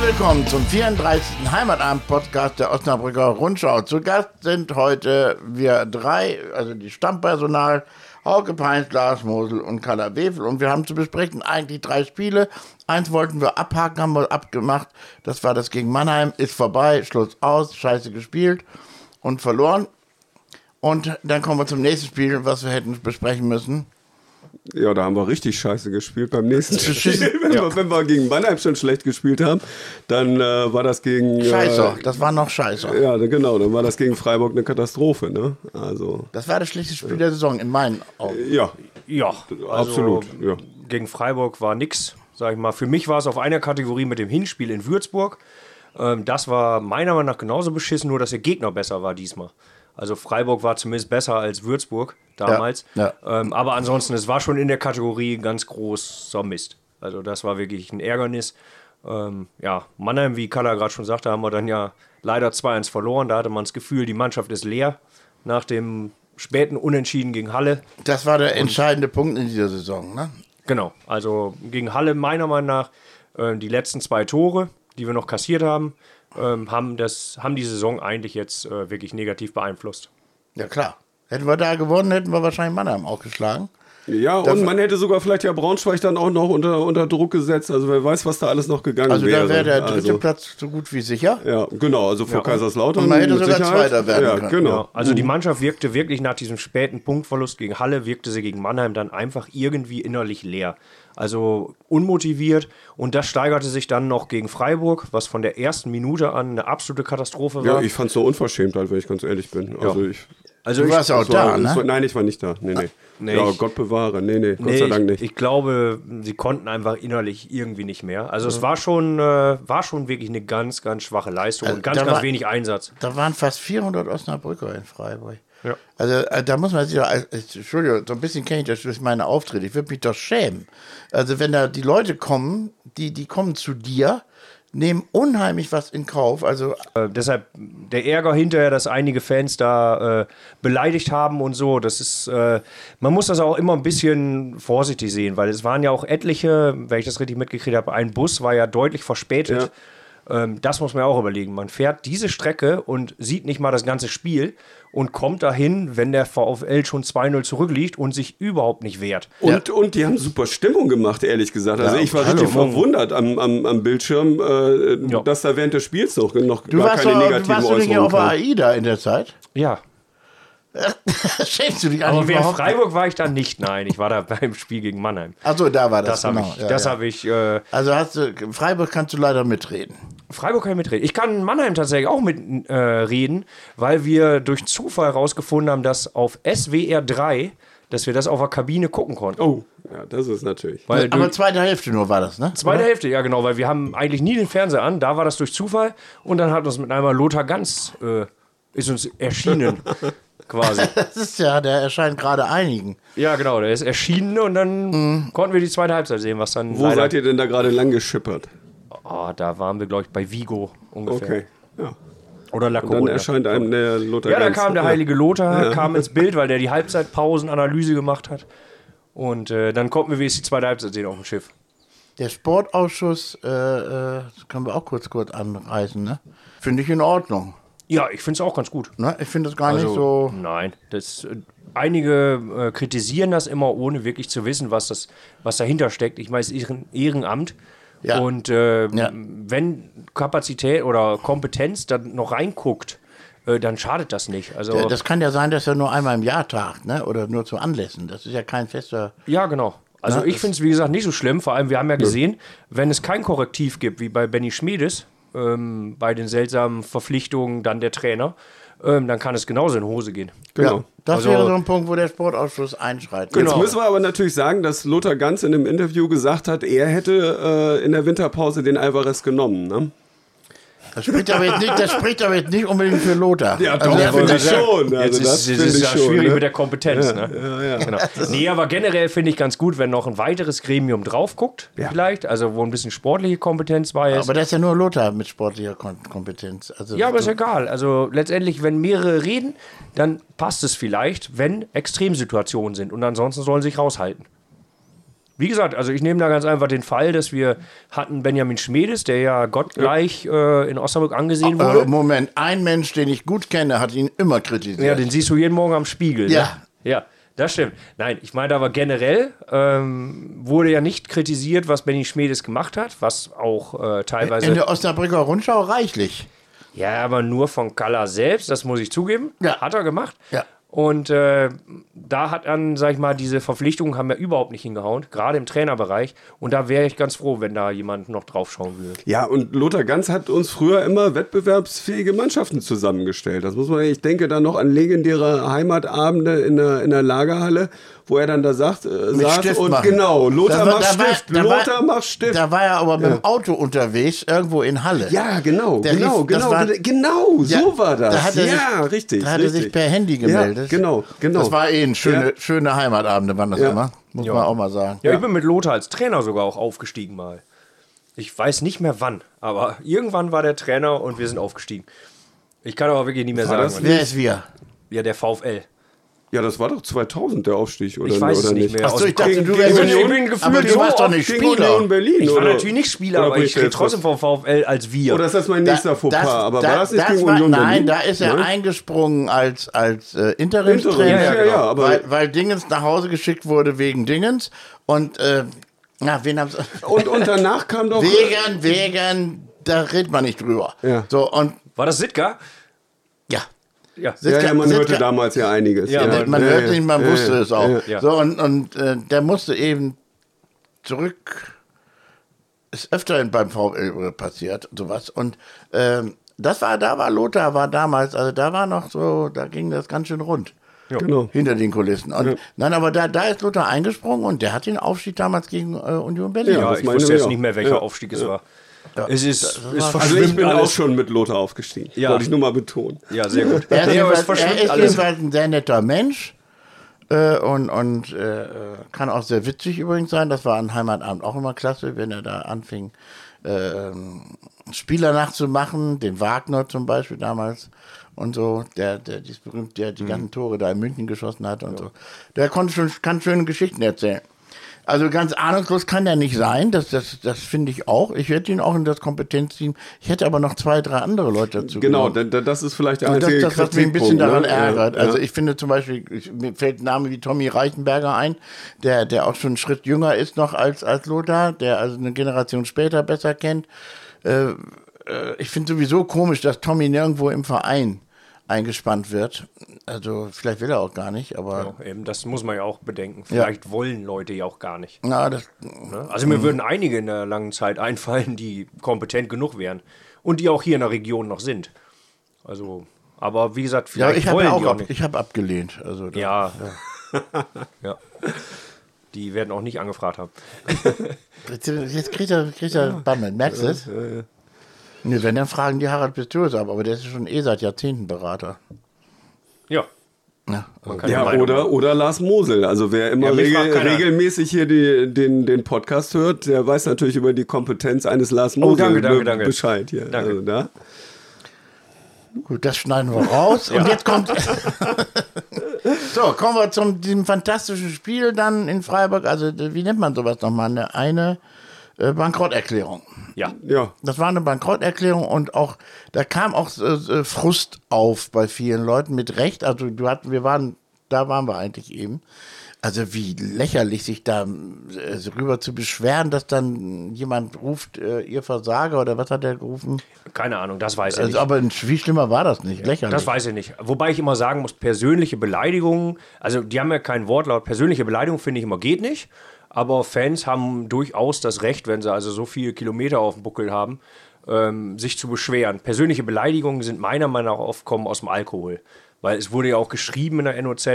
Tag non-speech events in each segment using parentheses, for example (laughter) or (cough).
willkommen zum 34. Heimatabend-Podcast der Osnabrücker Rundschau. Zu Gast sind heute wir drei, also die Stammpersonal, Hauke Peins, Lars Mosel und Carla Wefel. Und wir haben zu besprechen eigentlich drei Spiele. Eins wollten wir abhaken, haben wir abgemacht. Das war das gegen Mannheim. Ist vorbei, Schluss aus, scheiße gespielt und verloren. Und dann kommen wir zum nächsten Spiel, was wir hätten besprechen müssen. Ja, da haben wir richtig scheiße gespielt (laughs) beim nächsten Spiel. Scheiße, Wenn, ja. wir, wenn wir gegen Mannheim schon schlecht gespielt haben, dann äh, war das gegen. Scheiße, das war noch scheiße. Äh, ja, genau, dann war das gegen Freiburg eine Katastrophe, ne? Also. Das war das schlechteste Spiel der Saison, in meinen Augen. Ja, Ja, absolut. Ja. Also Gegen Freiburg war nix, sag ich mal. Für mich war es auf einer Kategorie mit dem Hinspiel in Würzburg. Ähm, das war meiner Meinung nach genauso beschissen, nur dass der Gegner besser war diesmal. Also Freiburg war zumindest besser als Würzburg damals. Ja, Ähm, aber ansonsten, es war schon in der Kategorie ganz groß so Mist. Also das war wirklich ein Ärgernis. Ähm, ja, Mannheim, wie Kalla gerade schon sagte, haben wir dann ja leider 2-1 verloren. Da hatte man das Gefühl, die Mannschaft ist leer nach dem späten Unentschieden gegen Halle. Das war der entscheidende Punkt in dieser Saison. Ne? Genau, also gegen Halle meiner Meinung nach äh, die letzten zwei Tore, die wir noch kassiert haben, ähm, haben, das, haben die Saison eigentlich jetzt äh, wirklich negativ beeinflusst. Ja, klar. Hätten wir da gewonnen, hätten wir wahrscheinlich Mannheim auch geschlagen. ja, und man hätte sogar vielleicht ja Braunschweig dann auch noch unter, unter Druck gesetzt. Also wer weiß, was da alles noch gegangen Also wäre. da wäre der dritte also, Platz so gut wie sicher. ja, genau, also vor Kaiserslautern. Und man hätte mit sogar Sicherheit. Zweiter werden ja, können. Genau. Ja, also die Mannschaft wirkte wirklich nach diesem späten Punktverlust gegen Halle, wirkte sie gegen Mannheim dann einfach irgendwie innerlich leer. Also unmotiviert und das steigerte sich dann noch gegen Freiburg, was von der ersten Minute an eine absolute Katastrophe Ja, war. ich fand's so unverschämt halt, wenn ich ganz ehrlich bin. Also ich. also Du ich- warst ja auch das war, da, ne? das war, nein, ich war nicht da. Nee, nee. nee, ja, ich- Gott bewahre. Nee, nee, Gott Nee, sei Dank ich, nicht. Ich glaube, sie konnten einfach innerlich irgendwie nicht mehr. Also Mhm. es war schon, äh, war schon wirklich eine ganz, ganz schwache Leistung Also und ganz, da ganz war- wenig Einsatz. Da waren fast 400 Osnabrücker in Freiburg. Ja. Also äh, da muss man sich doch, äh, Entschuldigung, so ein bisschen kenne ich das durch meine Auftritte. Ich würde mich doch schämen. Also wenn da die Leute kommen, die, die kommen zu dir, nehmen unheimlich was in Kauf. Also Äh, deshalb der Ärger hinterher, dass einige Fans da äh, beleidigt haben und so. Das ist, äh, man muss das auch immer ein bisschen vorsichtig sehen, weil es waren ja auch etliche, wenn ich das richtig mitgekriegt habe, ein Bus war ja deutlich verspätet. Ja. Ähm, das muss man ja auch überlegen. Man fährt diese Strecke und sieht nicht mal das ganze Spiel und kommt dahin, wenn der VfL schon 2-0 zurückliegt und sich überhaupt nicht wehrt. Und, und die haben super Stimmung gemacht, ehrlich gesagt. Also Ja, ich war hallo. richtig verwundert am, am, am Bildschirm, äh, Ja. dass da während des Spiels noch, noch du gar warst, keine doch, du negativen warst doch nicht Äußerungen auf der kamen. AIDA in der Zeit. (laughs) Ja. Schämst du dich Aber eigentlich während überhaupt? Freiburg war ich da nicht. Nein, ich war da (laughs) beim Spiel gegen Mannheim. Achso, da war das. Das habe genau. ich, Ja, das ja. hab ich äh, Also hast du, Freiburg kannst du leider mitreden. Freiburg kann ich mitreden. Ich kann Mannheim tatsächlich auch mitreden, äh, reden, weil wir durch Zufall rausgefunden haben, dass auf SWR 3, dass wir das auf der Kabine gucken konnten. Oh, ja, das ist natürlich. Weil Aber durch, zweite Hälfte nur war das, ne? zweite Hälfte, ja genau, weil wir haben eigentlich nie den Fernseher an, da war das durch Zufall und dann hat uns mit einmal Lothar Ganz äh, ist uns (laughs) erschienen. quasi. Das ist ja, der erscheint gerade einigen. Ja, genau, der ist erschienen und dann konnten wir die zweite Halbzeit sehen, was dann Mhm. Wo seid ihr denn da gerade lang geschippert? Oh, da waren wir, glaube ich, bei Vigo ungefähr. Okay. Ja. Oder La Dann Coruña. erscheint einem der Lothar Ja, da Ganz. kam der heilige Lothar, kam ins Bild, weil der die Halbzeitpausenanalyse gemacht hat. Und äh, dann konnten wir wenigstens die zweite Halbzeit sehen auf dem Schiff. Der Sportausschuss, äh, äh, das können wir auch kurz kurz anreißen, ne? Finde ich in Ordnung. Ja, ich finde es auch ganz gut. Ne? Ich finde das gar nicht Also, so. Nein, das, äh, einige äh, kritisieren das immer, ohne wirklich zu wissen, was, das, was dahinter steckt. Ich meine, es ist ein Ehrenamt. Ja. Und äh, Ja. wenn Kapazität oder Kompetenz dann noch reinguckt, äh, dann schadet das nicht. Also, äh, Das kann ja sein, dass er nur einmal im Jahr tagt, ne? Oder nur zu Anlässen. Das ist ja kein fester. Ja, genau. Also Na, ich das- finde es, wie gesagt, nicht so schlimm. Vor allem, wir haben ja gesehen, wenn es kein Korrektiv gibt, wie bei Benny Schmiedes, ähm, bei den seltsamen Verpflichtungen dann der Trainer, ähm, dann kann es genauso in Hose gehen. Genau. Ja, das Also- wäre so ein Punkt, wo der Sportausschuss einschreitet. Jetzt Genau. müssen wir aber natürlich sagen, dass Lothar Ganz in einem Interview gesagt hat, er hätte äh, in der Winterpause den Alvarez genommen. Ne? Das spricht aber jetzt nicht, das spricht aber jetzt nicht unbedingt für Lothar. Ja, Also doch, das wollte finde ich schon. Also Jetzt ist, das ist, finde ist ich ja schon, schwierig ne? mit der Kompetenz. ne? Ja, ja. Genau. Nee, aber generell finde ich ganz gut, wenn noch ein weiteres Gremium drauf guckt, vielleicht, also wo ein bisschen sportliche Kompetenz bei ist. Aber das ist ja nur Lothar mit sportlicher Kom Kompetenz. Also Ja, aber ist so- egal. Also letztendlich, wenn mehrere reden, dann passt es vielleicht, wenn Extremsituationen sind. Und ansonsten sollen sie sich raushalten. Wie gesagt, also ich nehme da ganz einfach den Fall, dass wir hatten Benjamin Schmedes, der ja gottgleich äh, in Osnabrück angesehen Oh, wurde. Moment, ein Mensch, den ich gut kenne, hat ihn immer kritisiert. Ja, den siehst du jeden Morgen am Spiegel. Ja. Ne? Ja, das stimmt. Nein, ich meine aber generell ähm, wurde ja nicht kritisiert, was Benny Schmedes gemacht hat, was auch äh, teilweise. In der Osnabrücker Rundschau reichlich. Ja, aber nur von Kalla selbst, das muss ich zugeben. Ja. Hat er gemacht. Ja. Und äh, da hat dann, sag ich mal, diese Verpflichtungen haben wir überhaupt nicht hingehauen, gerade im Trainerbereich. Und da wäre ich ganz froh, wenn da jemand noch draufschauen würde. Ja, und Lothar Ganz hat uns früher immer wettbewerbsfähige Mannschaften zusammengestellt. Das muss man, ich denke da noch an legendäre Heimatabende in der, in der Lagerhalle, wo er dann da sagt, äh, saß Stift und machen. genau, Lothar Da war- macht da war- Stift, da war- Lothar macht Stift. Da war er aber mit dem Auto unterwegs, irgendwo in Halle. ja, genau, Der genau, rief- das genau, war- gena- genau, Ja, so war das. da hat er ja, sich- richtig. da hat er richtig. sich per Handy gemeldet. Ja, genau, genau. Das war eh ein schöne, Ja. schöne Heimatabende, waren das Ja. immer. Muss man auch mal sagen. Ja, ich bin mit Lothar als Trainer sogar auch aufgestiegen mal. Ich weiß nicht mehr wann, aber irgendwann war der Trainer und wir sind aufgestiegen. Ich kann aber wirklich nicht mehr War sagen. das wann. Wer ist wir? Ja, der VfL. Ja, das war doch 2000 der Aufstieg, oder, Ich weiß oder es nicht mehr. Achso, ich Aus- dachte, du also gegen wärst Union. Union. Ich bin gefühlt Aber du so warst doch oft nicht gegen Spieler. Union Berlin, Ich war oder? natürlich nicht Spieler, Oder aber bin ich rede jetzt trotzdem vom VfL als wir. Oder ist das mein nächster Fauxpas? aber war das nicht gegen war- Union Nein, Berlin? Ne? da ist er Nein? eingesprungen als, als äh, Interimstrainer. Genau. Interim, ja, ja, ja, aber- weil, weil Dingens nach Hause geschickt wurde wegen Dingens. Und, äh, na, wen (laughs) haben Und, und danach kam (laughs) doch. Wegen, wegen, da redet man nicht drüber. Ja. So, und, War das Sitka? ja. Ja. Ja, Sitka- ja, man Sitka- hörte damals ja einiges. Ja, Man, Äh, man ja, hört ja. nicht, man Ja, wusste ja, es auch. ja. ja. So, und, und äh, der musste eben zurück. Ist öfter beim VfL passiert, sowas. Und ähm, das war, da war Lothar, war damals, also da war noch so, da ging das ganz schön rund. Genau. Hinter den Kulissen. Und, Nein, aber da, da ist Lothar eingesprungen und der hat den Aufstieg damals gegen äh, Union Berlin. Ja. Ja, das ich meine wusste ich jetzt auch. nicht mehr, welcher Ja. Aufstieg es war. Es ist, es war- verschwimmt Also ich bin alles. auch schon mit Lothar aufgestiegen. Ja. Wollte ich nur mal betonen. Ja, sehr gut. Er ist, Nee, aber es jedenfalls, äh, er verschwimmt ist alles. jedenfalls halt ein sehr netter Mensch äh, und, und äh, äh, kann auch sehr witzig übrigens sein. Das war an Heimatabend auch immer klasse, wenn er da anfing, ähm, Spieler nachzumachen, den Wagner zum Beispiel damals und so, der, der dieses berühmt, der die Mhm. ganzen Tore da in München geschossen hat und so. Der konnte schon, kann schöne Geschichten erzählen. Also ganz ahnungslos kann er nicht sein, das, das, das finde ich auch. Ich hätte ihn auch in das Kompetenzteam, ich hätte aber noch zwei, drei andere Leute dazu Genau, genommen. da- da- das ist vielleicht der Und einzige das, das was mich ein bisschen Kritikpunkt, daran ne? ärgert. Ja, Also ja. ich finde zum Beispiel, ich, mir fällt ein Name wie Tommy Reichenberger ein, der, der auch schon einen Schritt jünger ist noch als, als Lothar, der also eine Generation später besser kennt. Äh, äh, ich finde sowieso komisch, dass Tommy nirgendwo im Verein eingespannt wird. Also vielleicht will er auch gar nicht, aber Ja, eben, das muss man ja auch bedenken. Vielleicht wollen Leute ja auch gar nicht. na, das, Ne? Also Mhm. mir würden einige in der langen Zeit einfallen, die kompetent genug wären und die auch hier in der Region noch sind. Also, aber wie gesagt, ja, vielleicht ich habe wollen ja die auch auch ab, nicht. ich hab abgelehnt. Also da- Ja. ja. Die werden auch nicht angefragt haben. Jetzt kriegt er, kriegt er Bammel, merkst du es? Nee, wenn, dann fragen die Harald Pistorius ab, aber der ist schon eh seit Jahrzehnten Berater. Ja. Ja, also- Keine Ja, Meinung. oder, oder Lars Mosel. Also wer immer Ja, mich fragt regel, keiner. regelmäßig hier die, den, den Podcast hört, der weiß natürlich über die Kompetenz eines Lars Mosel Oh, danke, danke, be- danke. Bescheid. Hier. Danke. Also, da. Gut, das schneiden wir raus. Und jetzt kommt. (laughs) so, kommen wir zum diesem fantastischen Spiel dann in Freiburg. Also, wie nennt man sowas nochmal? Eine, eine äh, Bankrotterklärung. Ja. Ja. Das war eine Bankrotterklärung und auch, da kam auch äh, äh, Frust auf bei vielen Leuten, mit Recht. Also, du hatten, wir waren, da waren wir eigentlich eben. Also, wie lächerlich sich da äh, so rüber zu beschweren, dass dann jemand ruft, äh, ihr Versager oder was hat er gerufen? Keine Ahnung, das weiß ich nicht. Also, aber wie schlimmer war das nicht? Lächerlich. Das weiß ich nicht. Wobei ich immer sagen muss, persönliche Beleidigungen, also die haben ja kein Wortlaut. Persönliche Beleidigung finde ich immer geht nicht. Aber Fans haben durchaus das Recht, wenn sie also so viele Kilometer auf dem Buckel haben, ähm, sich zu beschweren. Persönliche Beleidigungen sind meiner Meinung nach oft kommen aus dem Alkohol. Weil es wurde ja auch geschrieben in der NOZ,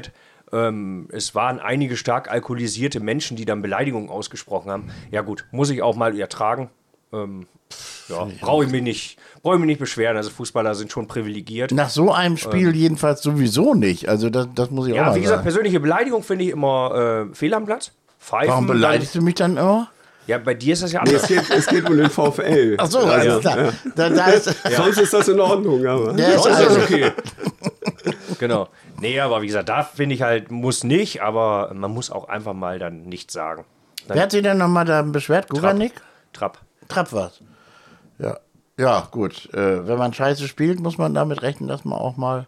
ähm, es waren einige stark alkoholisierte Menschen, die dann Beleidigungen ausgesprochen haben. Ja gut, muss ich auch mal ertragen. Ähm, pff, ja, brauche ich mich nicht, brauche ich mich nicht beschweren. Also Fußballer sind schon privilegiert. Nach so einem Spiel jedenfalls sowieso nicht. Also das, das muss ich auch Ähm. Ja, mal wie gesagt, sagen. persönliche Beleidigung finde ich immer äh, fehl am Platz. Pfeifen, Warum beleidigst du mich dann immer? Dann, ja, bei dir ist das ja Es anders. geht, es geht um den VfL. Ach so, alles klar. Da, da (laughs) ist, Sonst ist das in Ordnung, aber. der ist Sonst ist also, (laughs) das okay. genau. Nee, aber wie gesagt, da finde ich halt, muss nicht, aber man muss auch einfach mal dann nichts sagen. Wer hat sich denn nochmal da beschwert? Guganik? Trapp. Trapp war's. Ja. Ja, gut. Äh, wenn man Scheiße spielt, muss man damit rechnen, dass man auch mal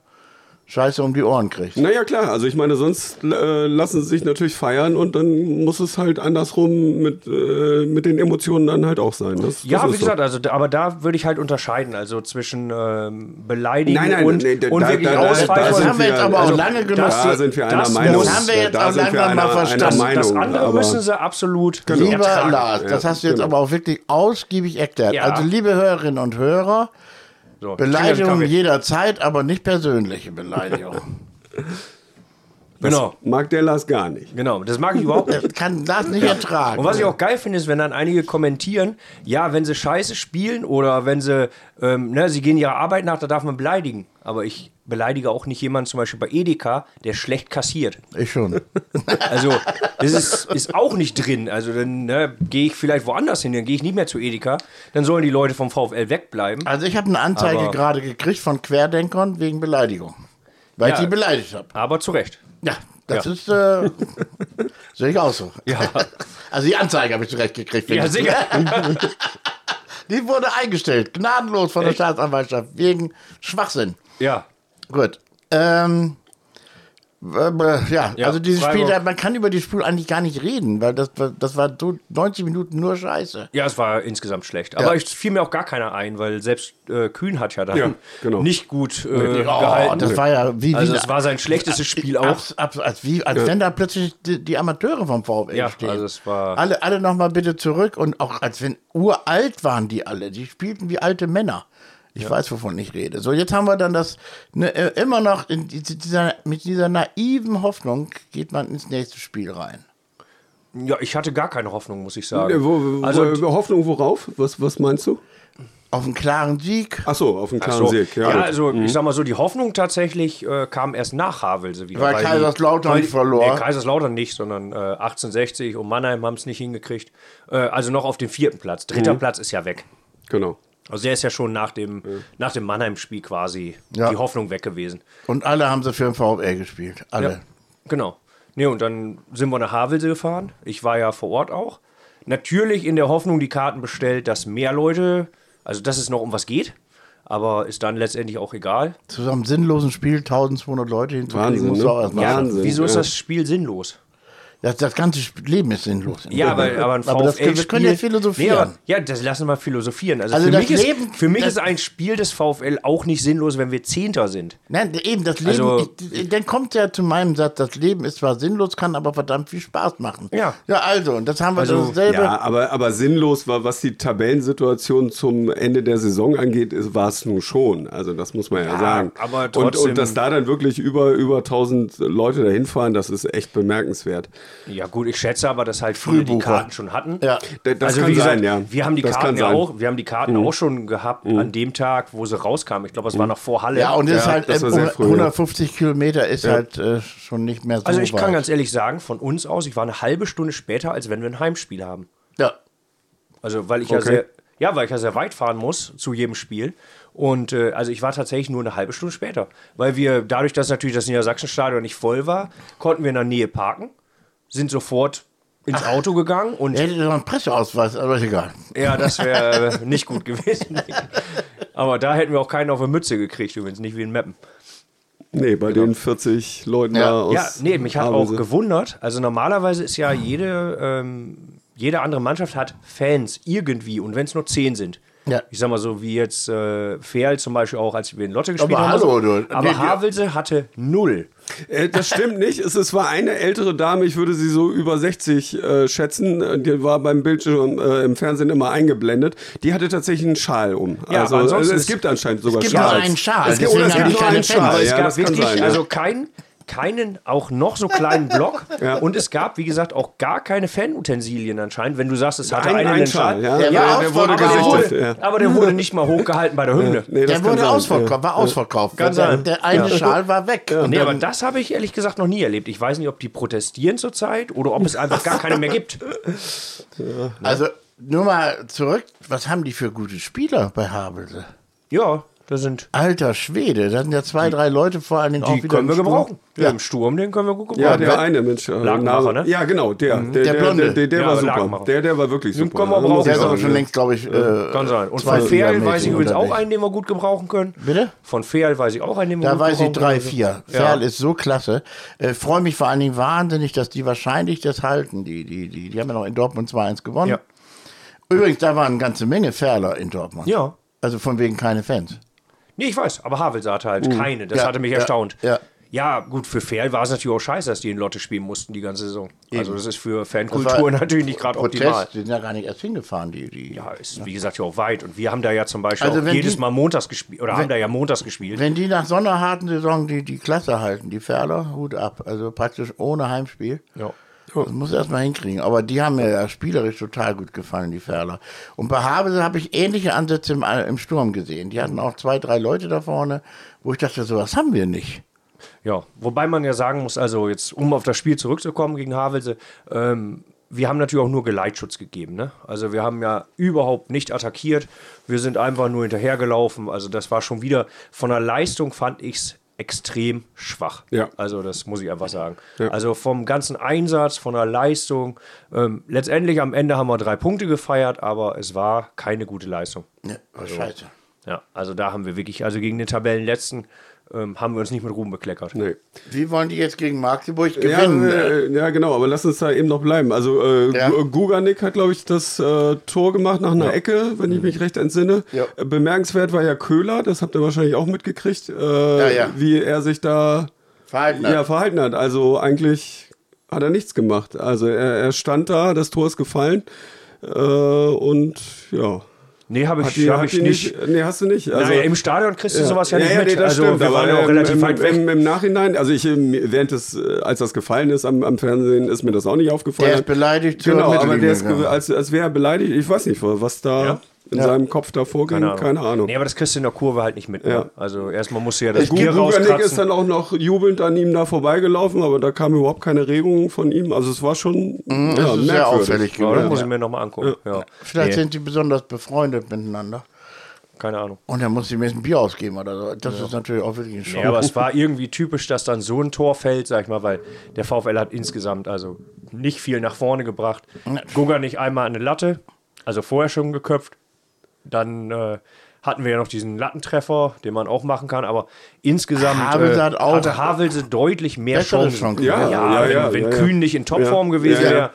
Scheiße um die Ohren kriegt. Naja, klar. Also ich meine, sonst äh, lassen sie sich natürlich feiern und dann muss es halt andersrum mit, äh, mit den Emotionen dann halt auch sein. Das, Ja, das wie ist so. gesagt, also, da- aber da würde ich halt unterscheiden, also zwischen ähm, beleidigen Nein, nein, und, nee, da- und da- wirklich da- da- ausweichen. da das sind haben wir jetzt wir- aber auch also lange genug. das- Da sind wir einer das Meinung. muss- haben wir jetzt da auch sind wir langsam mal einer, verstanden. Einer das Meinung, andere aber Genau. müssen sie absolut Lieber ertragen. Lars, das Ja, hast du jetzt genau. aber auch wirklich ausgiebig erklärt. Ja. Also, liebe Hörerinnen und Hörer, So, Beleidigung Kaffee. jederzeit, aber nicht persönliche (laughs) Beleidigung. Genau, mag der Lars gar nicht. genau. Das mag ich überhaupt nicht. Das kann das nicht ertragen. Und was ich auch geil finde, ist, wenn dann einige kommentieren, ja, wenn sie scheiße spielen oder wenn sie, ähm, ne, sie gehen ihrer Arbeit nach, da darf man beleidigen. Aber ich beleidige auch nicht jemanden, zum Beispiel bei Edeka, der schlecht kassiert. ich schon. Also, das ist, ist auch nicht drin. Also, dann ne, gehe ich vielleicht woanders hin, dann gehe ich nicht mehr zu Edeka. Dann sollen die Leute vom VfL wegbleiben. Also ich habe eine Anzeige Aber- gerade gekriegt von Querdenkern wegen Beleidigung. Weil ich Ja. die beleidigt habe. Aber zu Recht. Ja, das Ja. ist (laughs) äh, sehe ich auch so. Ja. (laughs) Also die Anzeige habe ich zurecht gekriegt. Ja, wenigstens. sicher. (laughs) Die wurde eingestellt, gnadenlos von der Echt? Staatsanwaltschaft wegen Schwachsinn. Ja. Gut. Ähm, äh, äh, ja, Ja, also dieses Freiburg. Spiel, da- man kann über dieses Spiel eigentlich gar nicht reden, weil das, war- das war so 90 Minuten nur Scheiße. Ja, es war insgesamt schlecht. Aber es fiel mir auch gar keiner ein, weil selbst äh, Kühn hat ja dann Ja, genau. nicht gut äh, Oh, gehalten. das war ja wie, wie also eine- es war sein schlechtestes Spiel auch. Abs, abs, als wie, als wenn da plötzlich die, die Amateure vom VfL Ja, stehen. also es war- alle alle nochmal bitte zurück und auch als wenn uralt waren die alle. Die spielten wie alte Männer. Ich weiß, wovon ich rede. So, jetzt haben wir dann das ne, äh, immer noch in die- dieser, mit dieser naiven Hoffnung geht man ins nächste Spiel rein. Ja, ich hatte gar keine Hoffnung, muss ich sagen. Äh, Wo, wo, also wo, Hoffnung worauf? Was, was meinst du? Auf einen klaren Sieg, Ach so, auf den klaren so, Sieg. ja, Ja, gut. Mhm. also ich sag mal so, die Hoffnung tatsächlich äh, kam erst nach Havelse wieder. Weil die- Kaiserslautern weil die- verlor. Nee, Kaiserslautern nicht, sondern äh, 1860 und Mannheim haben es nicht hingekriegt. Äh, also noch auf den vierten Platz. Mhm. Dritter Platz ist ja weg. genau. Also der ist ja schon nach dem, nach dem Mannheim-Spiel quasi Ja. die Hoffnung weg gewesen. und alle haben sie für den VfL gespielt. Alle. Ja, genau. Nee, und dann sind wir nach Havelse gefahren. Ich war ja vor Ort auch. Natürlich in der Hoffnung, die Karten bestellt, dass mehr Leute, also dass es noch um was geht, aber ist dann letztendlich auch egal. Zu so einem sinnlosen Spiel 1200 Leute hinzukriegen, Wahnsinn, musst du ne? auch erstmal Ja. schaffen. Wahnsinn, Also, Wieso ist ja. das Spiel sinnlos? das, das ganze Sp- Leben ist sinnlos. Ja, aber, aber ein VfL das können, wir können ja philosophieren. ja, das lassen wir philosophieren. Also, Also für, das mich ist, Leben- für mich das- ist ein Spiel des VfL auch nicht sinnlos, wenn wir Zehnter sind. Nein, eben, das Leben, Also- ich, dann kommt ja zu meinem Satz, das Leben ist zwar sinnlos, kann aber verdammt viel Spaß machen. Ja. Ja, also, und das haben wir Also, dasselbe. Ja, aber, aber sinnlos war, was die Tabellensituation zum Ende der Saison angeht, ist- war es nun schon. Also das muss man ja, Ja, sagen. aber und, trotzdem- und dass da dann wirklich über, über 1000 Leute dahin fahren, das ist echt bemerkenswert. Ja, gut, ich schätze aber, dass halt viele die Frühbucher. Karten schon hatten. Ja. D- Das also, kann wie gesagt, sein, ja. Wir haben die das Karten kann ja sein. Mhm. auch, wir haben die Karten auch schon gehabt an dem Tag, wo sie rauskamen. Ich glaube, es war noch vor Halle. Ja, und es ist Ja, halt, das war äh, sehr früh, 150 Kilometer ist halt äh, schon nicht mehr so also ich weit. kann ganz ehrlich sagen, von uns aus, ich war eine halbe Stunde später, als wenn wir ein Heimspiel haben. ja. Also, weil ich ja Okay. sehr, ja, weil ich ja sehr weit fahren muss zu jedem Spiel. Und äh, also ich war tatsächlich nur eine halbe Stunde später. Weil wir, dadurch, dass natürlich das Niedersachsenstadion nicht voll war, konnten wir in der Nähe parken, sind sofort ins Auto gegangen und Er hätte doch einen Presseausweis, aber ist egal. Ja, das wäre äh, nicht gut gewesen. (laughs) Aber da hätten wir auch keinen auf eine Mütze gekriegt, übrigens, nicht wie in Meppen. Nee, bei den 40 Leuten Ja. da aus Genau. Ja, nee, mich hat auch Havelse. gewundert. Also normalerweise ist ja jede, ähm, jede andere Mannschaft hat Fans irgendwie und wenn es nur zehn sind. Ja. Ich sag mal so, wie jetzt äh, Ferl zum Beispiel auch, als wir in Lotte gespielt Aber haben. hallo, also, du- aber nee, wir- Havelse hatte null. Äh, das stimmt nicht. Es, es war eine ältere Dame, ich würde sie so über 60 äh, schätzen. Äh, Die war beim Bildschirm äh, im Fernsehen immer eingeblendet. Die hatte tatsächlich einen Schal um. Ja, also, aber ansonsten also es ist- gibt anscheinend sogar gibt Schals. nur einen Schal, Es gibt, deswegen oder es haben gibt die nur keine einen Fans. Schal. Aber es Ja, gab das kann wirklich, sein. ja. also kein, keinen auch noch so kleinen Block. (laughs) Ja. Und es gab, wie gesagt, auch gar keine Fanutensilien anscheinend, wenn du sagst, es hatte Ein- einen ein einen Schal, Schal. ja. Der war aber, auch wurde der gesichtet, wurde, ja. aber der wurde nicht mal (laughs) hochgehalten bei der Hymne. Nee, das Der kann wurde sein. ausverkauft, war ausverkauft. Kann der, sein. der eine Schal war weg. Und Nee, dann- aber das habe ich ehrlich gesagt noch nie erlebt. Ich weiß nicht, ob die protestieren zurzeit oder ob es einfach gar keine mehr gibt. also, nur mal zurück, was haben die für gute Spieler bei Havelse? Ja, Da sind Alter Schwede, da sind ja zwei, drei Leute vor allen Dingen auch die wieder können wir im Sturm. gebrauchen. Ja. Ja. Im Sturm, den können wir gut gebrauchen. Ja, der eine Mensch. äh, Lakenmacher, Name- ne? Ja, genau, der. Der, Der der, Blonde. der, der, der Ja, war aber super. Lakenmacher. Der, der war wirklich Den super. können wir Da muss brauchen. ich Der ist aber sagen, schon ja. längst, glaube ich, äh, Kann sein. Und zwei von Fehl weiß ich Meter übrigens auch unterwegs. einen, den wir gut gebrauchen können. Bitte? Von Fehl weiß ich auch einen, den wir Da gut weiß ich gebrauchen drei, können. vier. Ja. Ferl ist so klasse. Äh, Freue mich vor allen Dingen wahnsinnig, dass die wahrscheinlich das halten. Die, die, die, die haben ja noch in Dortmund 2-1 gewonnen. Ja. Übrigens, da waren eine ganze Menge Ferler in Dortmund. Ja. Also von wegen keine Fans. Nee, ich weiß, aber Havels hatte halt keine. Das Mm. Ja, hatte mich ja, erstaunt. ja. Ja, gut, für Ferl war es natürlich auch scheiße, dass die in Lotte spielen mussten die ganze Saison. Also das ist für Fankultur Das war natürlich nicht gerade Protest, optimal. die sind ja gar nicht erst hingefahren, die. die. Ja, ist wie gesagt ja auch weit. Und wir haben da ja zum Beispiel Also auch wenn jedes die- Mal montags gespielt. Oder haben da ja montags gespielt. Wenn die nach so einer harten Saison die, die Klasse halten, die Ferler, Hut ab. Also praktisch ohne Heimspiel. ja. Das muss er erstmal hinkriegen. Aber die haben mir ja spielerisch total gut gefallen, die Ferler. Und bei Havese habe ich ähnliche Ansätze im, äh, im Sturm gesehen. Die hatten auch zwei, drei Leute da vorne, wo ich dachte, sowas haben wir nicht. Ja, wobei man ja sagen muss, also jetzt, um auf das Spiel zurückzukommen gegen Havelse, ähm, wir haben natürlich auch nur Geleitschutz gegeben. Ne? Also wir haben ja überhaupt nicht attackiert. Wir sind einfach nur hinterhergelaufen. Also das war schon wieder von der Leistung fand ich es extrem schwach. Ja. Also das muss ich einfach sagen. Ja. Also vom ganzen Einsatz, von der Leistung. Ähm, letztendlich am Ende haben wir drei Punkte gefeiert, aber es war keine gute Leistung. Ne, war scheiße. Ja, also da haben wir wirklich, also gegen den Tabellenletzten ähm, haben wir uns nicht mit Ruhm bekleckert. Nee. Wie wollen die jetzt gegen Magdeburg Ja, gewinnen? Äh, äh, ja, genau, aber lass uns da eben noch bleiben. Also äh, Ja. Gu- Guganik hat, glaube ich, das äh, Tor gemacht nach einer Ecke, wenn ich mich recht entsinne. Mhm. Ja. Äh, Bemerkenswert war ja Köhler, das habt ihr wahrscheinlich auch mitgekriegt, äh, Ja, ja. wie er sich da Verhalten hat. ja, verhalten hat. Also eigentlich hat er nichts gemacht. Also er, er stand da, das Tor ist gefallen äh, und ja. Nee, habe Hat ich, die, hab hat ich die nicht. Nee, hast du nicht. Also, naja, im Stadion kriegst du sowas ja nicht mit. nee, das also stimmt, wir waren ja aber ähm, auch relativ im, weit weg. Im, im Nachhinein, also ich, ähm, während des, äh, als das gefallen ist am, am Fernsehen, ist mir das auch nicht aufgefallen. Der ist beleidigt zur Genau, aber Mittellinie der ist, ge- gegangen. als, als wäre er beleidigt, ich weiß nicht, was da Ja. in seinem Kopf da vorging, keine Ahnung. Nee, aber das kriegst du in der Kurve halt nicht mit. ne? Ja. Also erstmal musst du ja das Gier Guganik ist rauskratzen. dann auch noch jubelnd an ihm da vorbeigelaufen, aber da kam überhaupt keine Regung von ihm. Also es war schon das ja, Mhm, ist sehr merkwürdig. auffällig Ja, das muss gewesen. ich mir nochmal angucken. Ja. Vielleicht Nee, sind die besonders befreundet miteinander. keine Ahnung. Und dann muss sie mir jetzt ein Bier ausgeben oder so. Das ist natürlich auch wirklich ein Schock. Nee, aber es war irgendwie typisch, dass dann so ein Tor fällt, sag ich mal, weil der VfL hat insgesamt also nicht viel nach vorne gebracht. Gugger nicht einmal an eine Latte, also vorher schon geköpft. Dann äh, hatten wir ja noch diesen Lattentreffer, den man auch machen kann, aber insgesamt Havelse äh, hat auch hatte Havelse deutlich mehr Bessere Chancen. Chancen. Ja, Ja, ja, wenn, ja, wenn ja, ja. Kühn nicht in Topform Ja. gewesen Ja, ja.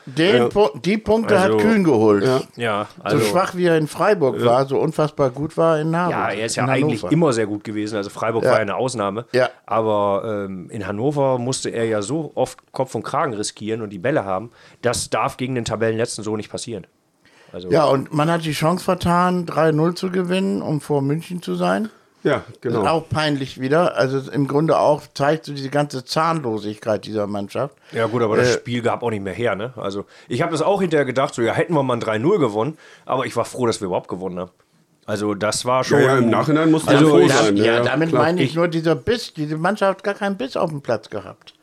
Den wäre. Pu- die Punkte Also- hat Kühn geholt. Ja. Ja, So also. schwach wie er in Freiburg war, so unfassbar gut war er in Hamburg. ja, er ist ja in eigentlich Hannover. immer sehr gut gewesen. Also Freiburg war ja eine Ausnahme. Ja. Aber ähm, in Hannover musste er ja so oft Kopf und Kragen riskieren und die Bälle haben. Das darf gegen den Tabellenletzten so nicht passieren. Also Ja, und man hat die Chance vertan, 3-0 zu gewinnen, um vor München zu sein. Ja, Das genau. ist auch peinlich wieder. Also im Grunde auch zeigt so diese ganze Zahnlosigkeit dieser Mannschaft. Ja, gut, aber Äh. das Spiel gab auch nicht mehr her, ne? Also, ich habe das auch hinterher gedacht, so, ja, hätten wir mal ein 3-0 gewonnen, aber ich war froh, dass wir überhaupt gewonnen haben. Also, das war schon. ja, ja, im Nachhinein musste Also, er froh ich- sein. ja, damit klar. meine ich nur dieser Biss. Diese Mannschaft hat gar keinen Biss auf dem Platz gehabt.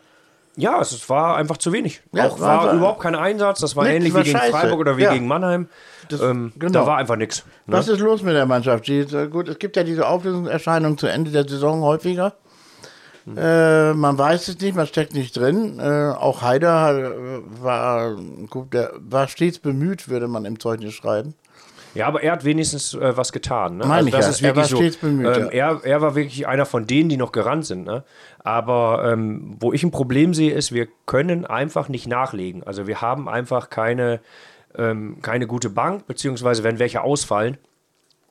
Ja, es es war einfach zu wenig. Ja, auch war- war, war- überhaupt kein Einsatz. Das war Nix, ähnlich war wie gegen scheiße. Freiburg oder wie Ja. gegen Mannheim. ähm, genau. Da war einfach nichts. Was ist los mit der Mannschaft? Die, äh, gut, es gibt ja diese Auflösungserscheinung zu Ende der Saison häufiger. Äh, man weiß es nicht, man steckt nicht drin. Äh, auch Haider äh, war, gut, der war stets bemüht, würde man im Zeugnis schreiben. Ja, aber er hat wenigstens äh, was getan. Ne? Meine ich das ja. ist Er wirklich war so. stets bemüht, Ähm, er, er war wirklich einer von denen, die noch gerannt sind. Ne? Aber ähm, wo ich ein Problem sehe, ist, wir können einfach nicht nachlegen. Also wir haben einfach keine, ähm, keine gute Bank, beziehungsweise wenn welche ausfallen,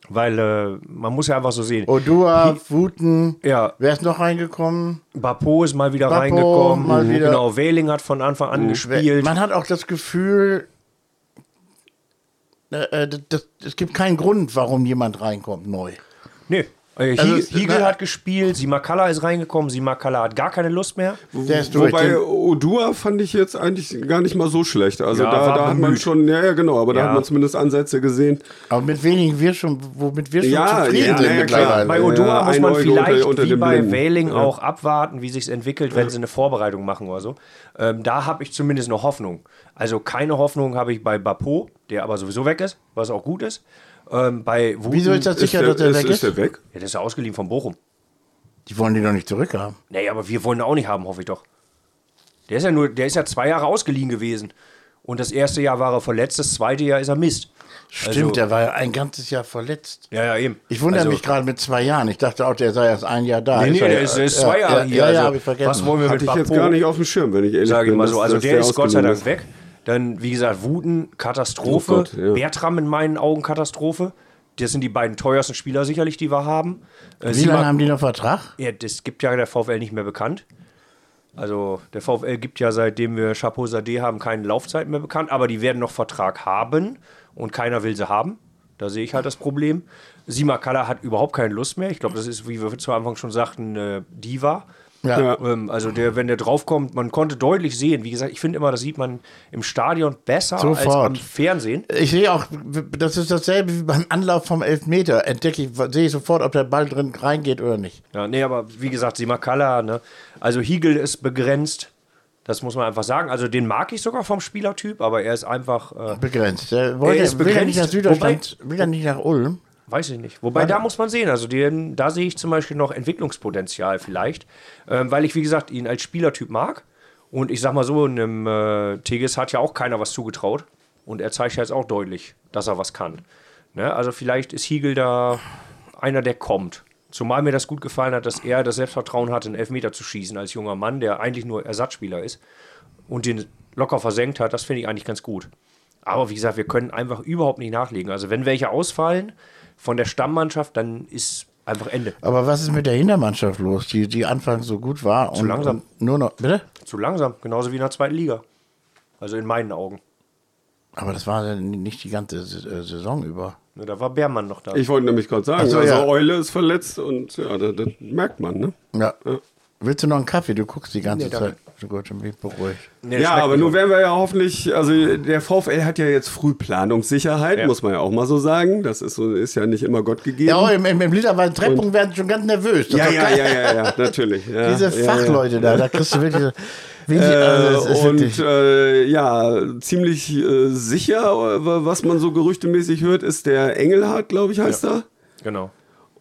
weil äh, man muss ja einfach so sehen. Oh. Odua, Wuten, Ja, wer ist noch reingekommen? Bapo ist mal wieder Bapo, reingekommen. mal wieder. Genau, Wehling hat von Anfang an Wer- gespielt. Man hat auch das Gefühl, äh, äh, das, das, es gibt keinen Grund, warum jemand reinkommt neu. Nee. Äh, Also Hie- es- Hiegel na- hat gespielt, Simakala ist reingekommen, Simakala hat gar keine Lust mehr. Der ist durch. Wobei Den- Odua fand ich jetzt eigentlich gar nicht mal so schlecht. Also Ja, da, war da hat man bemüht. schon, ja, ja genau, aber da Ja. hat man zumindest Ansätze gesehen. Aber mit wenigen wir schon, womit wir schon Ja, zufrieden ja, sind ja, klar. mittlerweile. Bei Odua Ja, muss ein man Auge vielleicht unter- unter wie dem bei Blinden. Wähling Ja. auch abwarten, wie sich entwickelt, wenn sie eine Vorbereitung machen oder so. Ähm, da habe ich zumindest noch Hoffnung. Also keine Hoffnung habe ich bei Bapo, der aber sowieso weg ist, was auch gut ist. Ähm, bei Wuten, Wieso ist das sicher, dass er ist, weg ist? ist der weg? Ja, der ist ja ausgeliehen von Bochum. Die wollen die doch nicht zurückhaben. Nee, aber wir wollen ihn auch nicht haben, hoffe ich doch. Der ist ja nur, der ist ja zwei Jahre ausgeliehen gewesen. Und das erste Jahr war er verletzt, das zweite Jahr ist er Mist. Stimmt, der war ja ein ganzes Jahr verletzt. Ja, ja, eben. Also- Ich wundere Also- mich gerade mit zwei Jahren. Ich dachte auch, der sei erst ein Jahr da. Nee, nee, er der ja- ist, der ist ja, zwei Jahre ja, hier. Ja, also, ja, habe ich vergessen. Was wollen wir Hatte mit ich jetzt Papo? gar nicht auf dem Schirm, wenn ich ehrlich Sage ich bin. mal dass- so. Also dass der ist Gott sei ausgeliehen Dank ist. weg. Dann, wie gesagt, Wuten, Katastrophe. Oh Gott, ja. Bertram in meinen Augen Katastrophe. Das sind die beiden teuersten Spieler sicherlich, die wir haben. Äh, Wie lange haben die noch Vertrag? ja, das gibt ja der VfL nicht mehr bekannt. Also der VfL gibt ja, seitdem wir Chapeau Sade haben, keine Laufzeit mehr bekannt, aber die werden noch Vertrag haben und keiner will sie haben. Da sehe ich halt das Problem. Simakala hat überhaupt keine Lust mehr. Ich glaube, das ist, wie wir zu Anfang schon sagten, äh, Diva. Ja. Ja. Ähm, also der, wenn der draufkommt, man konnte deutlich sehen. Wie gesagt, ich finde immer, das sieht man im Stadion besser als Sofort. am Fernsehen. Ich sehe auch, das ist dasselbe wie beim Anlauf vom Elfmeter. Entdecke ich, sehe ich sofort, ob der Ball drin reingeht oder nicht. Ja, nee, aber wie gesagt, Simakala, ne? Also Hiegel ist begrenzt. Das muss man einfach sagen. Also den mag ich sogar vom Spielertyp, aber er ist einfach, äh, Begrenzt. Der wollte, ist Will er nicht nach begrenzt, Süderstand, will er nicht nach Ulm. weiß ich nicht. Wobei, da muss man sehen. Also den, da sehe ich zum Beispiel noch Entwicklungspotenzial vielleicht, ähm, weil ich, wie gesagt, ihn als Spielertyp mag. Und ich sag mal so, einem äh, Tigges hat ja auch keiner was zugetraut. Und er zeigt ja jetzt auch deutlich, dass er was kann. Ne? Also vielleicht ist Hiegel da einer, der kommt. Zumal mir das gut gefallen hat, dass er das Selbstvertrauen hatte, einen Elfmeter zu schießen als junger Mann, der eigentlich nur Ersatzspieler ist und den locker versenkt hat, das finde ich eigentlich ganz gut. Aber wie gesagt, wir können einfach überhaupt nicht nachlegen. Also wenn welche ausfallen von der Stammmannschaft, dann ist einfach Ende. Aber was ist mit der Hintermannschaft los, die, die anfangs so gut war? Zu langsam. Nur noch, bitte? Zu langsam, genauso wie in der zweiten Liga. Also in meinen Augen. Aber das war ja nicht die ganze S- äh, Saison über. Ne, Da war Bärmann noch da. Ich wollte nämlich gerade sagen, Ach so, also ja. Eule ist verletzt und ja, das, das merkt man, ne? Ja. äh, Willst du noch einen Kaffee? Du guckst die ganze Nee, Zeit. danke. Gut, dann bin ich beruhigt. Nee, ja, schmeckt aber mir nun so. werden wir ja hoffentlich, also der VfL hat ja jetzt früh Planungssicherheit, Ja. muss man ja auch mal so sagen. Das ist, so, ist ja nicht immer Gott gegeben. Ja, oh, im, im, im Liederwald Treppenpunkt werden schon ganz nervös. Das ja, ist doch ja, geil. ja, ja, ja, (laughs) natürlich. Ja, Diese ja, Fachleute da, da kriegst du wirklich. so- Wie die- Ja. also, das Äh, ist und wirklich- äh, ja, ziemlich äh, sicher, äh, was man so gerüchtemäßig hört, ist der Engelhardt, glaube ich, heißt er. Genau.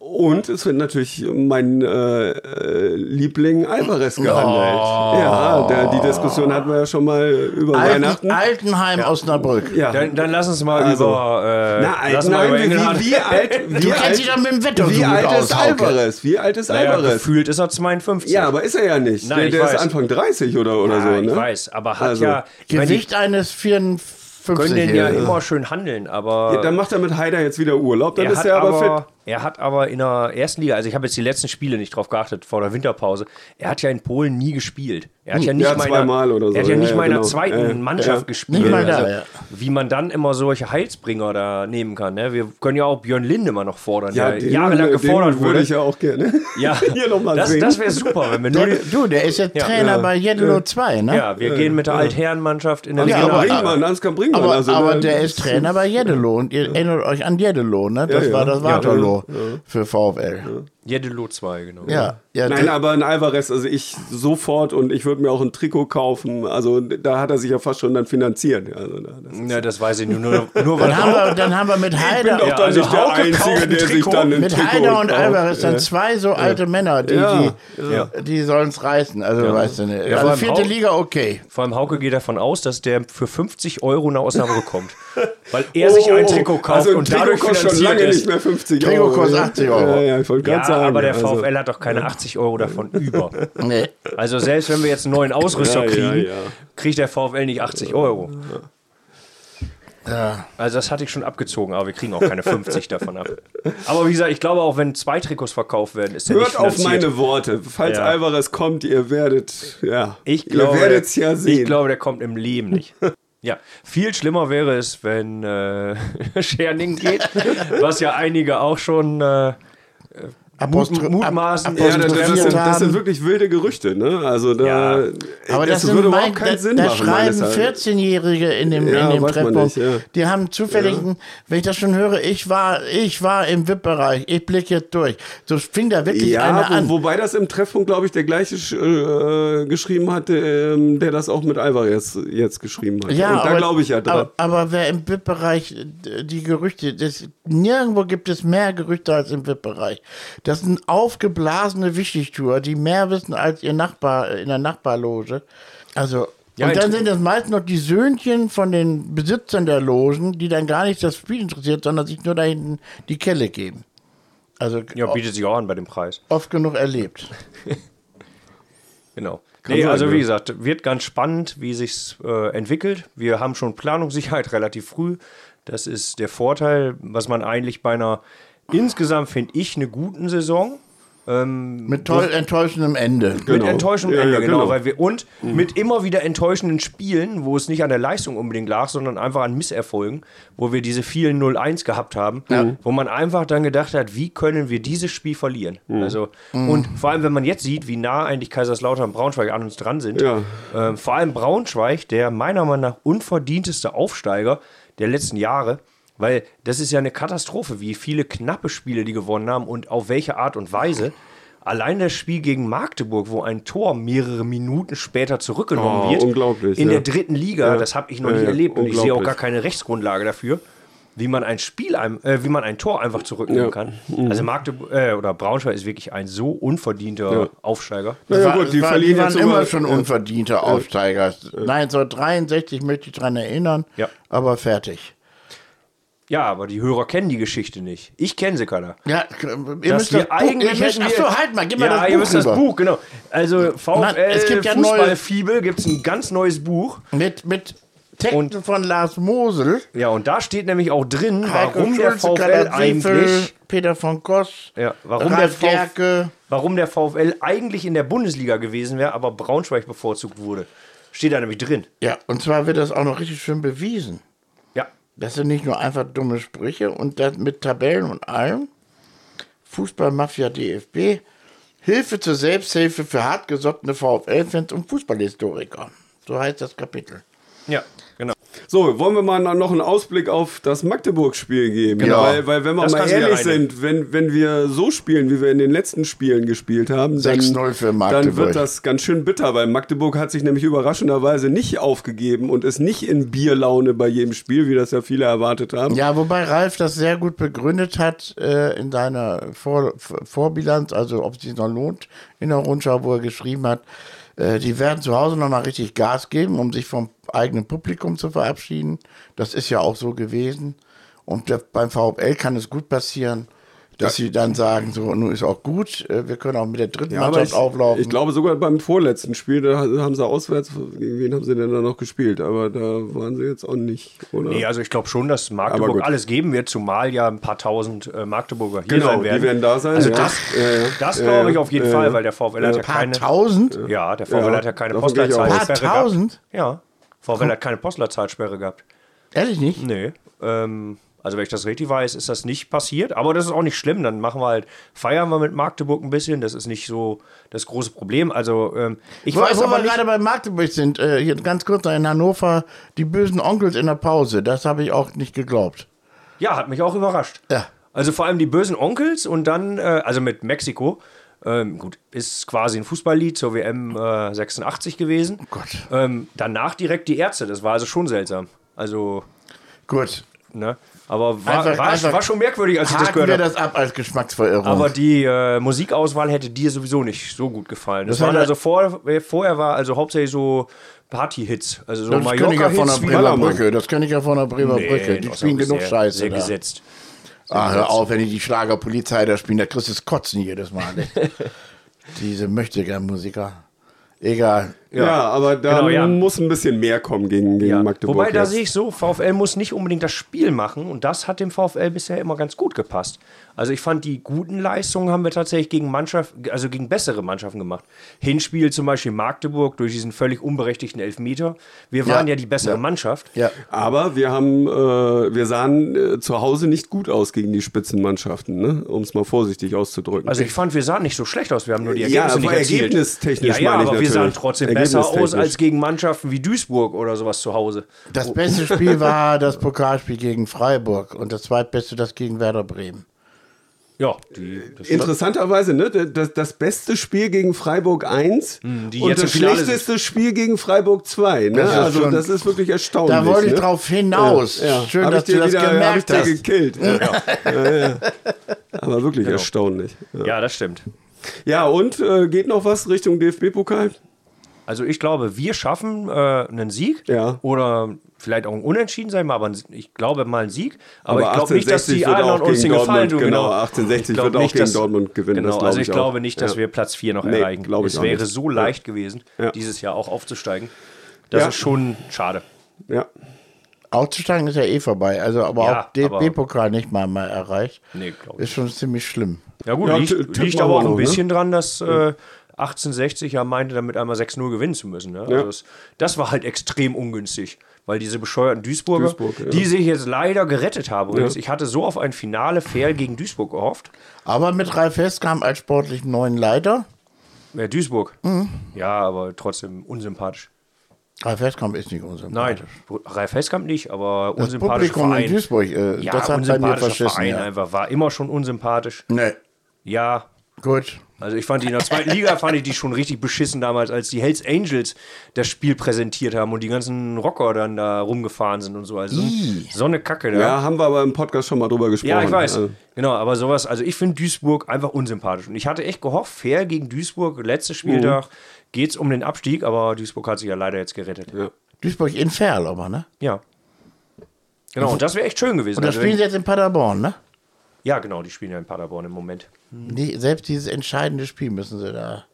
Und es wird natürlich mein äh, äh, Liebling Alvarez gehandelt. Oh. Ja, da, die Diskussion hatten wir ja schon mal über Alten, Weihnachten. Altenheim Osnabrück. ja. Dann, dann lass uns mal Also. über. Äh, Na, lass alt, uns mal nein, über England- wie, wie (laughs) alt, wie Du kennst alt, dich doch mit dem Wetter so wie gut alt aus, ist Hauke. Alvarez? Wie alt ist naja, Alvarez? gefühlt ist er 52. Ja, aber ist er ja nicht. Nein, der ich der ist weiß. Anfang 30 oder, oder Ja, so, ne? ich weiß. Aber hat Also, ja. Ich meine, die Gewicht eines 54 können den ja immer schön handeln, aber. Ja, dann macht er mit Haider jetzt wieder Urlaub, dann Er ist hat, Äh, er aber, aber, fit. er hat aber in der ersten Liga, also ich habe jetzt die letzten Spiele nicht drauf geachtet vor der Winterpause, er hat ja in Polen nie gespielt. Er hat ja nicht Hm. ja, mal in zweimal der- oder so. Er hat ja Ja, nicht ja, mal in der genau. zweiten Ja, ja. Mannschaft Ja. gespielt. Nicht mal da, also, ja. Wie man dann immer solche Heilsbringer da nehmen kann. Ne? Wir können ja auch Björn Linde mal noch fordern, der den- jahrelang den gefordert würde wurde. ich ja auch gerne. ja, (laughs) hier nochmal das, sehen. das wäre super, (laughs) wenn wir nur. Der, du, der ist jetzt Ja. Trainer bei Jeddelo 2, ne? Ja, wir gehen mit der Altherrenmannschaft in der Ja, Liga. aber- Bringmann, Ansgar Bringmann. Aber, also, aber ne, der ist Trainer bei Jeddelo und ihr erinnert euch an Jeddelo, ne? Das Ja, ja. war das Ja. Waterloo für VfL. Jedelo 2, genau. Ja, ja, Nein, der- aber ein Alvarez, also ich sofort und ich würde mir auch ein Trikot kaufen. Also da hat er sich ja fast schon dann finanziert. Also, da- das Na, das weiß ich nur, nur, nur weil dann, haben wir, dann haben wir mit ich bin doch Heider, Ja, dann also nicht der Hauke kauft Einzige, ein der sich Trikot dann ein mit Trikot Heider und kauft. Alvarez dann zwei so alte Männer, die, Ja. die, Ja. die sollen es reißen. Also, weißt du nicht. Ja, vor also, allem vierte auch- Liga, okay. Vor allem Hauke geht davon aus, dass der für 50 Euro (laughs) nach Osnabrück kommt. Weil er sich ein Trikot kauft also ein und Trikot dadurch kostet schon finanziert lange ist. nicht mehr 50 Trikot Euro. kostet ja. 80 Euro. Ja, ja, ich wollte Ja, gerade sagen. aber der VfL also, hat doch keine 80 (laughs) Euro davon über. Nee. Also selbst wenn wir jetzt einen neuen Ja, Ausrüster ja, kriegen, ja. kriegt der VfL nicht 80 Euro. Ja. Also das hatte ich schon abgezogen, aber wir kriegen auch keine 50 davon ab. Aber wie gesagt, ich glaube auch, wenn zwei Trikots verkauft werden, ist der nicht Hört auf finanziert. meine Worte. Falls Ja. Alvarez kommt, ihr werdet, ja, Ich glaube, ihr werdet es ja sehen. Ich glaube, der kommt im Leben nicht. (laughs) Ja, viel schlimmer wäre es, wenn (laughs) äh, Scherning geht, was ja einige auch schon äh, äh, Apostro- mutmaßen- Ap- Ja, das, das, apostrophiert sind, das sind haben. wirklich wilde Gerüchte, ne? Also da, Ja. Aber das, sind Äh, würde mein, überhaupt keinen da, Sinn da machen. schreiben meines Erachtens. 14-Jährige in dem, Ja, in dem weiß man Treppenhaus. nicht, ja. Die haben zufällig, einen- wenn ich das schon höre, ich war, ich war im VIP-Bereich, ich blicke jetzt durch. So fing da wirklich einer Ja, an. wo, wobei das im Treffpunkt, glaube ich, der gleiche sch- äh, geschrieben hatte, ähm, der das auch mit Alvarez jetzt geschrieben hat. ja, Und da aber- glaube ich ja dran. Aber, aber wer im VIP-Bereich äh, die Gerüchte, das, nirgendwo gibt es mehr Gerüchte als im VIP-Bereich. Das sind aufgeblasene Wichtigtour, die mehr wissen als ihr Nachbar äh, in der Nachbarloge. Also. Ja, und dann int- sind das meist noch die Söhnchen von den Besitzern der Logen, die dann gar nicht das Spiel interessiert, sondern sich nur da hinten die Kelle geben. Also Ja, bietet sich auch an bei dem Preis. oft genug erlebt. Genau. Kann nee, sein, also ja. wie gesagt, wird ganz spannend, wie sich's äh, entwickelt. Wir haben schon Planungssicherheit (laughs) relativ früh. Das ist der Vorteil, was man eigentlich bei einer insgesamt finde ich eine guten Saison Mit toll enttäuschendem Ende. Genau. mit enttäuschendem Ja, Ende ja, genau, genau. weil wir und mit immer wieder enttäuschenden Spielen, wo es nicht an der Leistung unbedingt lag, sondern einfach an Misserfolgen, wo wir diese vielen 0-1 gehabt haben, wo man einfach dann gedacht hat, wie können wir dieses Spiel verlieren? Mhm. Also und vor allem, wenn man jetzt sieht, wie nah eigentlich Kaiserslautern und Braunschweig an uns dran sind, Ja. ähm, vor allem Braunschweig, der meiner Meinung nach unverdienteste Aufsteiger der letzten Jahre, weil das ist ja eine Katastrophe, wie viele knappe Spiele die gewonnen haben und auf welche Art und Weise. Allein das Spiel gegen Magdeburg, wo ein Tor mehrere Minuten später zurückgenommen Oh, wird, unglaublich, in ja. der dritten Liga, Ja. das habe ich noch Ja, nie ja, erlebt und ich sehe auch unglaublich. gar keine Rechtsgrundlage dafür, wie man ein Spiel, ein- äh, wie man ein Tor einfach zurücknehmen Ja. Mhm. kann. Also Magdeburg äh, oder Braunschweig ist wirklich ein so unverdienter Ja. Aufsteiger. Naja, War- gut, die war, verlieren die waren jetzt immer sogar- schon äh, unverdiente Aufsteiger. 1963 möchte ich dran erinnern, Ja. aber fertig. Ja, aber die Hörer kennen die Geschichte nicht. Ich kenne sie keiner. Ja, ihr Dass müsst wir das Buch, ihr müsst, hätten wir- achso, halt mal, gib mal ja, das ihr Buch müsst rüber. das Buch, genau. Also Mann, VfL es gibt ja Fußballfibel gibt es ein ganz neues Buch. Mit, mit Texten Und- von Lars Mosel, Ja, und da steht nämlich auch drin, Heiko warum der Schulze, Karl VfL Seifel, eigentlich Peter von Koss, Ja, warum der Ralf VfL Gerke. warum der VfL eigentlich in der Bundesliga gewesen wäre, aber Braunschweig bevorzugt wurde. Steht da nämlich drin. Ja, und zwar wird das auch noch richtig schön bewiesen. Ja. Das sind nicht nur einfach dumme Sprüche und das mit Tabellen und allem. Fußballmafia DFB. Hilfe zur Selbsthilfe für hartgesottene VfL-Fans und Fußballhistoriker. So heißt das Kapitel. Ja, genau. So, wollen wir mal na- noch einen Ausblick auf das Magdeburg-Spiel geben? Genau. Weil, weil wenn wir Das mal kannst du ja ehrlich reinnehmen. sind, wenn, wenn wir so spielen, wie wir in den letzten Spielen gespielt haben, dann, 6-0 für Magdeburg. dann wird das ganz schön bitter, weil Magdeburg hat sich nämlich überraschenderweise nicht aufgegeben und ist nicht in Bierlaune bei jedem Spiel, wie das ja viele erwartet haben. Ja, wobei Ralf das sehr gut begründet hat äh, in seiner Vor Vor- Vorbilanz, also ob es sich noch lohnt, in der Rundschau, wo er geschrieben hat, äh, die werden zu Hause nochmal richtig Gas geben, um sich vom eigenen Publikum zu verabschieden. Das ist ja auch so gewesen. Und der, beim VfL kann es gut passieren, dass sie dann sagen, so, nun ist auch gut, äh, wir können auch mit der dritten Ja, aber Mannschaft ich, auflaufen. ich glaube sogar beim vorletzten Spiel, da haben sie auswärts, gegen wen haben sie denn da noch gespielt? Aber da waren sie jetzt auch nicht, oder? Nee, also ich glaube schon, dass Aber Magdeburg gut. alles geben wird, zumal ja ein paar tausend äh, Magdeburger hier Genau, sein werden. die werden da sein, Also ja. das, Ja, ja. das Ja, glaube ich ja. auf jeden Ja, Fall, ja. weil der VfL hat ja äh, paar keine. Äh. tausend? Ja, der VfL Ja, hat ja keine davon gehe ich aus. Postleitzahlsperre Paar Ah, tausend? gehabt. Ja, VfL hat keine Postleitzahlsperre gehabt. Ehrlich nicht? Nee. Ähm, also, wenn ich das richtig weiß, ist das nicht passiert. Aber das ist auch nicht schlimm. Dann machen wir halt, feiern wir mit Magdeburg ein bisschen. Das ist nicht so das große Problem. Also, ähm, ich Wo, weiß wo aber wir nicht. gerade bei Magdeburg sind, äh, hier ganz kurz noch in Hannover, die bösen Onkels in der Pause, das habe ich auch nicht geglaubt. Ja, hat mich auch überrascht. Ja. Also, vor allem die bösen Onkels und dann, äh, also mit Mexiko. Ähm, gut, ist quasi ein Fußballlied zur WM äh, 86 gewesen. Oh Gott. Ähm, danach direkt die Ärzte. Das war also schon seltsam. Also, Gut, ne? Aber war, Einfach- war, einfach- war schon merkwürdig, als ich das haken gehört Also, wir habe. das ab als Geschmacksverirrung. Aber die äh, Musikauswahl hätte dir sowieso nicht so gut gefallen. Das, Das waren hat- also vor, äh, vorher war also hauptsächlich so Party-Hits, also so das kenne ich ja von der Mallorca-Hits wie Bremer Ballermann. Brücke. Das kenne ich ja von der Bremer Brücke. Die das spielen war genug sehr, Scheiße. Sehr da. gesetzt. Ah, hör auf, wenn die die Schlagerpolizei da spielen, da (laughs) kriegst du das Kotzen jedes Mal. Diese möchtegern Musiker. Egal. Ja, aber da Genau, ja. muss ein bisschen mehr kommen gegen, gegen Ja. Magdeburg. Wobei, da jetzt. sehe ich so, VfL muss nicht unbedingt das Spiel machen und das hat dem VfL bisher immer ganz gut gepasst. Also ich fand, die guten Leistungen haben wir tatsächlich gegen Mannschaft, also gegen bessere Mannschaften gemacht. Hinspiel zum Beispiel Magdeburg durch diesen völlig unberechtigten Elfmeter. Wir waren ja, die bessere Ja. Mannschaft. Ja. Aber wir haben, äh, wir sahen äh, zu Hause nicht gut aus gegen die Spitzenmannschaften, ne? um es mal vorsichtig auszudrücken. Also ich fand, wir sahen nicht so schlecht aus. Wir haben nur die Ja, Ergebnisse nicht aber erzielt. ergebnistechnisch ja, ja, meine ich aber wir sahen natürlich. trotzdem besser aus Ergebnistechnisch. als gegen Mannschaften wie Duisburg oder sowas zu Hause. Das beste Spiel war das Pokalspiel gegen Freiburg und das zweitbeste das gegen Werder Bremen. Ja, die, das Interessanterweise, ne, das, das beste Spiel gegen Freiburg 1 Hm, die und jetzt das im Finale schlechteste Spiel gegen Freiburg 2. Ne? Das ist also schon- das ist wirklich erstaunlich. Da wollte ich ne? drauf hinaus. Ja. Schön, Hab dass ich dir du das wieder, hab ich gemerkt dir hast. gekillt. Ja. Ja. ja. Aber wirklich Genau. erstaunlich. ja, das stimmt. Ja, und äh, geht noch was Richtung DFB-Pokal? Also ich glaube, wir schaffen äh, einen Sieg Ja. oder vielleicht auch ein Unentschieden sein, mal, aber ein- ich glaube mal einen Sieg. Aber, Aber ich glaube nicht, dass 1860 die wird anderen auch uns den gegen Gefallen Dortmund, tun. genau, 1860 Ich glaub wird auch gegen dass- Dortmund gewinnen, Genau, das glaub also ich ich glaube auch. nicht, dass Ja. wir Platz 4 noch Nee, erreichen. glaub ich es auch wäre nicht. so leicht gewesen, Ja. dieses Jahr auch aufzusteigen. Das Ja. ist schon schade. Ja. Aufzusteigen ist ja eh vorbei. Also, aber Ja, auch DFB-Pokal nicht mal, mal erreicht. Nee, glaub ich. Ist schon ziemlich schlimm. Ja gut, Ja, t- liegt, tippen liegt wir aber auch mal ne? noch, ein bisschen dran, dass äh, 1860 ja meinte, damit einmal 6-0 gewinnen zu müssen. Ne? Also das, das war halt extrem ungünstig, weil diese bescheuerten Duisburger, Duisburg, ja. die sich jetzt leider gerettet haben. Übrigens, Ich hatte so auf ein Finale fair gegen Duisburg gehofft. Aber mit Ralf Heskamp als sportlichen neuen Leiter. Ja, Äh, Duisburg. Mhm. Ja, aber trotzdem unsympathisch. Ralf Heskamp ist nicht unser Nein, Ralf Heskamp nicht, aber Das unsympathisch Publikum in Verein. Duisburg, äh, Ja, das hat bei mir unsympathischer verschissen. Verein Ja. einfach. War immer schon unsympathisch. Nee, Ja, gut. Also ich fand die in der zweiten Liga, fand ich die schon richtig beschissen damals, als die Hells Angels das Spiel präsentiert haben und die ganzen Rocker dann da rumgefahren sind und so. Also Ih. so eine Kacke da. ja, haben wir aber im Podcast schon mal drüber gesprochen. Ja, ich weiß. äh, Also, Genau, aber sowas, also ich finde Duisburg einfach unsympathisch. Und ich hatte echt gehofft, fair gegen Duisburg, letztes Spieltag geht's um den Abstieg, aber Duisburg hat sich ja leider jetzt gerettet. Ja. Duisburg in Ferl aber, ne? Genau, und das wäre echt schön gewesen. Und das Also spielen wenn, sie jetzt in Paderborn, ne? ja, genau, die spielen ja in Paderborn im Moment. Die, selbst dieses entscheidende Spiel müssen sie da.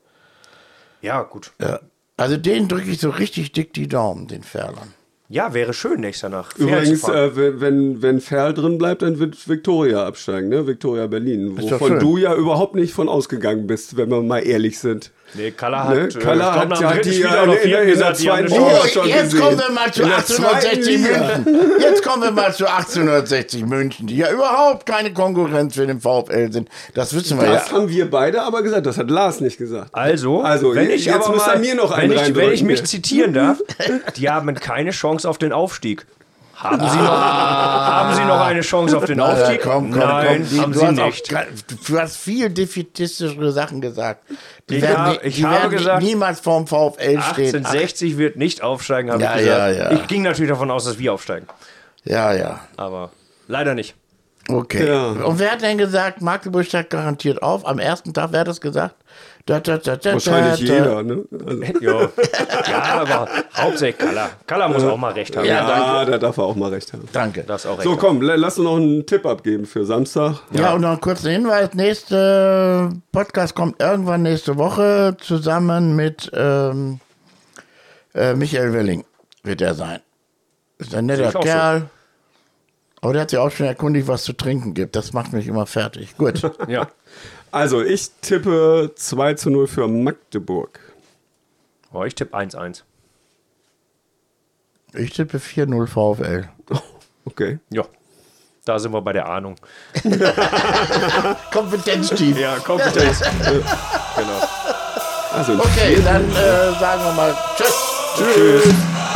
Ja, gut. Ja. Also den drücke ich so richtig dick die Daumen, den Ferlern. Ja, wäre schön nächster Nacht. fair Übrigens, zu fahren. äh, wenn- wenn, wenn Ferl drin bleibt, dann wird Victoria absteigen, ne? Victoria Berlin. Ist doch Wovon schön. du ja überhaupt nicht von ausgegangen bist, wenn wir mal ehrlich sind. Nee, Kalla Ne? hat, äh, Kalla ich glaub, hat nach dem ja dritten die- Spieltag in- oder in- vierten in der gesagt, die haben zweiten eine Oh, Chance. Liga. schon jetzt gesehen. kommen wir mal zu In der 1860 zweiten Liga. München. Jetzt kommen wir mal zu 1860 München, die ja überhaupt keine Konkurrenz für den VfL sind. Das wissen wir Das ja. haben wir beide aber gesagt, das hat Lars nicht gesagt. Also, Also, wenn je- ich jetzt aber müsst mal, ihr mir noch wenn einen ich, wenn ich reindrücken, ne? mich hier. (laughs) zitieren darf, die haben keine Chance auf den Aufstieg. Haben Sie noch, haben Sie noch eine Chance auf den Ja, Aufstieg? Ah. Äh, komm, komm, Nein, komm, die- haben du, Sie hast auch nicht. gra- du hast viel defetistischere Sachen gesagt. Die Ich werden, hab- nie- ich die habe werden nie- gesagt, niemals vorm VfL stehen. Ach, 1860 wird nicht aufsteigen, habe Ja, ich gesagt. ja, ja. Ich ging natürlich davon aus, dass wir aufsteigen, ja, ja. aber leider nicht. (laughs) Okay. Ja. Und wer hat denn gesagt, Magdeburg steigt garantiert auf? Am ersten Tag, wer hat das gesagt? Da, da, da, da, Wahrscheinlich da, da. jeder, ne? Also, Jo. Ja, aber hauptsächlich Kalla. Kalla muss auch mal recht haben. Ja, ja, da darf er auch mal recht haben. Danke. Das auch recht. So, haben. komm, la- lass uns noch einen Tipp abgeben für Samstag. ja. und noch einen kurzen Hinweis. Nächste Podcast kommt irgendwann nächste Woche zusammen mit ähm, äh, Michael Welling, wird er sein. Ist ein netter ich auch so. Kerl. Aber der hat sich auch schon erkundigt, was zu trinken gibt. Das macht mich immer fertig. (laughs) Gut. Ja. Also, ich tippe 2 zu 0 für Magdeburg. (laughs) Oh, ich tippe 1-1. ich tippe 4-0 VfL. Okay. Ja. Da sind wir bei der Ahnung. Kompetenzteam. Ja, Kompetenz. Also, Okay, dann äh, sagen wir mal Tschüss. tschüss. tschüss.